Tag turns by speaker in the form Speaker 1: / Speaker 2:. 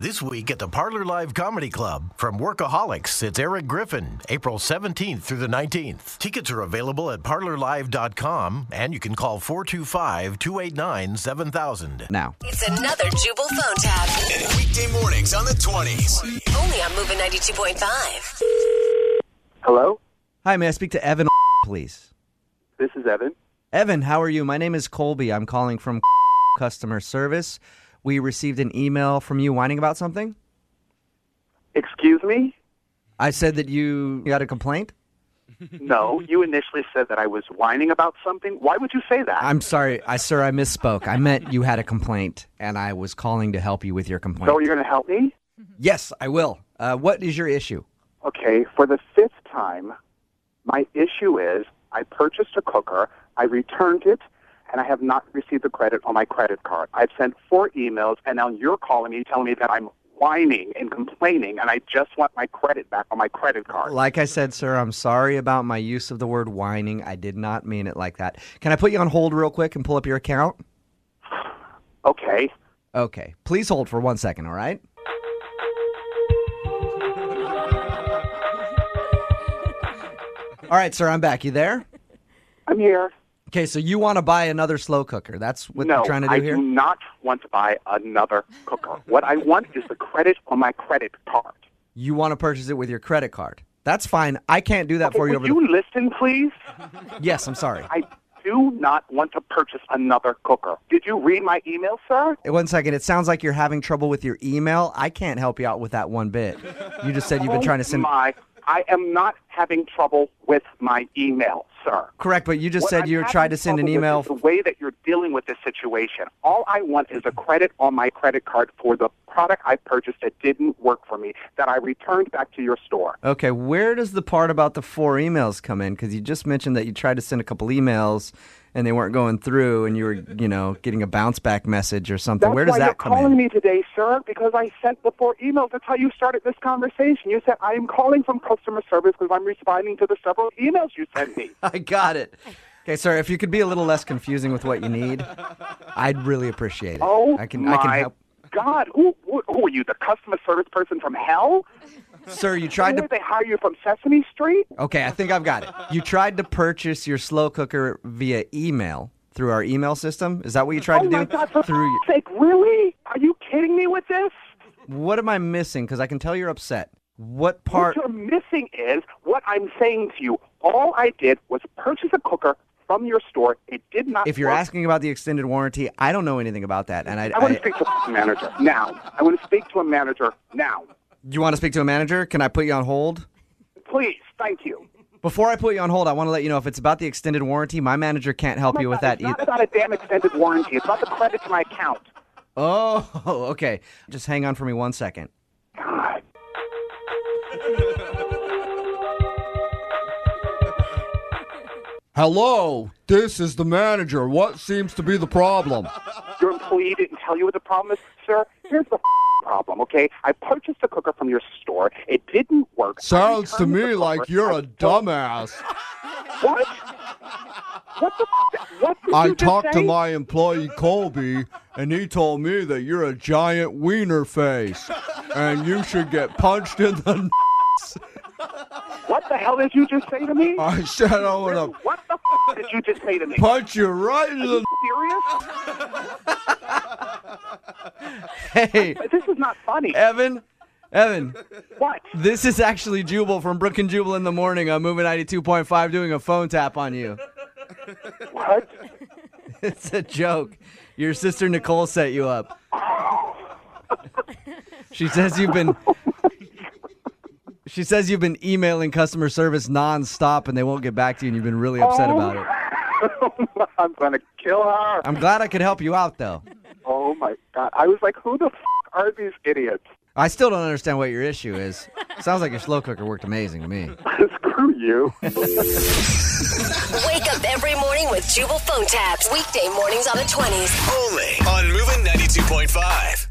Speaker 1: This week at the Parlor Live Comedy Club from Workaholics, it's Eric Griffin, April 17th through the 19th. Tickets are available at parlorlive.com and you can call 425 289 7000.
Speaker 2: now.
Speaker 3: It's another Jubal phone tab.
Speaker 4: Weekday mornings on the 20s.
Speaker 3: Only on Moving 92.5.
Speaker 5: Hello,
Speaker 2: Hi, may I speak to Evan, please?
Speaker 5: this is Evan.
Speaker 2: Evan, how are you? My name is Colby. I'm calling from customer service. We received an email from you whining about something.
Speaker 5: Excuse me?
Speaker 2: I said that you got a complaint.
Speaker 5: No, you initially said that I was whining about something. Why would you say that?
Speaker 2: I'm sorry, I sir, I misspoke. I meant you had a complaint, and I was calling to help you with your complaint.
Speaker 5: so you're going to help me?
Speaker 2: yes, I will. Uh, what is your issue?
Speaker 5: Okay, for the fifth time, my issue is I purchased a cooker, I returned it, and I have not received the credit on my credit card. I've sent four emails, and now you're calling me telling me that I'm whining and complaining, and I just want my credit back on my credit card.
Speaker 2: Like I said, sir, I'm sorry about my use of the word whining. I did not mean it like that. Can I put you on hold real quick and pull up your account?
Speaker 5: Okay,
Speaker 2: Okay. Please hold for one second, all right? All right, sir, I'm back. You there?
Speaker 5: I'm here.
Speaker 2: Okay, so you want to buy another slow cooker. That's what
Speaker 5: no,
Speaker 2: you're trying to do
Speaker 5: I
Speaker 2: here?
Speaker 5: do not want to buy another cooker. what I want is the credit on my credit card.
Speaker 2: You want to purchase it with your credit card. That's fine. I can't do that for you
Speaker 5: Would
Speaker 2: over
Speaker 5: you listen, please?
Speaker 2: the Yes, I'm sorry.
Speaker 5: I do not want to purchase another cooker. Did you read my email, sir?
Speaker 2: One second. It sounds like you're having trouble with your email. I can't help you out with that one bit. You just said you've been trying to send
Speaker 5: Oh my, I am not having trouble with my email, sir.
Speaker 2: Correct, but you just
Speaker 5: What
Speaker 2: said
Speaker 5: I'm
Speaker 2: you
Speaker 5: having
Speaker 2: tried to send an
Speaker 5: trouble with
Speaker 2: email.
Speaker 5: is The way that you're dealing with this situation, all I want is a credit on my credit card for the product I purchased that didn't work for me that I returned back to your store.
Speaker 2: Okay, where does the part about the four emails come in? Because you just mentioned that you tried to send a couple emails and they weren't going through, and you were, you know, getting a bounce back message or something.
Speaker 5: That's
Speaker 2: where does
Speaker 5: why
Speaker 2: that
Speaker 5: you're
Speaker 2: come
Speaker 5: calling
Speaker 2: in?
Speaker 5: me today, sir, because I sent the four emails. That's how you started this conversation. You said, I am calling from customer service because I'm responding to the several emails you sent me.
Speaker 2: I got it. Okay, sir, if you could be a little less confusing with what you need, I'd really appreciate it.
Speaker 5: Oh,
Speaker 2: I can,
Speaker 5: my
Speaker 2: I can help.
Speaker 5: God. Who, who, who are you, the customer service person from hell?
Speaker 2: Sir, you
Speaker 5: Where
Speaker 2: tried to.
Speaker 5: they hire you from Sesame Street?
Speaker 2: Okay, I think I've got it. You tried to purchase your slow cooker via email through our email system. Is that what you tried
Speaker 5: oh,
Speaker 2: to do?
Speaker 5: my God, for
Speaker 2: through your-
Speaker 5: f- sake, really? Are you kidding me with this?
Speaker 2: What am I missing? Because I can tell you're upset. What part?
Speaker 5: What you're missing is what I'm saying to you. All I did was purchase a cooker from your store. It did not
Speaker 2: If you're
Speaker 5: work.
Speaker 2: asking about the extended warranty, I don't know anything about that. And I,
Speaker 5: I want to
Speaker 2: I-
Speaker 5: speak to a manager now. I want to speak to a manager now.
Speaker 2: you want to speak to a manager? Can I put you on hold?
Speaker 5: Please, thank you.
Speaker 2: Before I put you on hold, I want to let you know if it's about the extended warranty, my manager can't help
Speaker 5: Oh my
Speaker 2: you with
Speaker 5: God,
Speaker 2: that e-
Speaker 5: it's not
Speaker 2: either.
Speaker 5: about a damn extended warranty. It's about the credit to my account.
Speaker 2: Oh, okay. Just hang on for me one second.
Speaker 5: God.
Speaker 2: Hello, this is the manager. What seems to be the problem?
Speaker 5: Your employee didn't tell you what the problem is, sir. Here's the problem, okay? I purchased a cooker from your store. It didn't work. I returned the cooker. I don't-
Speaker 2: dumbass.
Speaker 5: What? What the? f- What did you just say?
Speaker 2: employee Colby, and he told me that you're a giant wiener face, and you should get punched in the.
Speaker 5: What the hell did you just say to me?
Speaker 2: I said I want
Speaker 5: what the f- did you just say to me?
Speaker 2: punch you right in
Speaker 5: Are you serious?
Speaker 2: Hey,
Speaker 5: This is not funny.
Speaker 2: Evan, Evan,
Speaker 5: What?
Speaker 2: this is actually Jubal from Brook and Jubal in the morning. I'm moving 92.5, doing a phone tap on you.
Speaker 5: What?
Speaker 2: It's a joke. Your sister Nicole set you up. She says you've been. She says you've been emailing customer service nonstop and they won't get back to you, and you've been really upset about it.
Speaker 5: I'm gonna kill her.
Speaker 2: I'm glad I could help you out, though.
Speaker 5: Oh my god! I was like, who the f- are these idiots?
Speaker 2: I still don't understand what your issue is. Sounds like your slow cooker worked amazing to me.
Speaker 5: Screw you.
Speaker 3: Wake up every morning with Jubal phone tabs. Weekday mornings on the 20s.
Speaker 4: Only on Moving 92.5.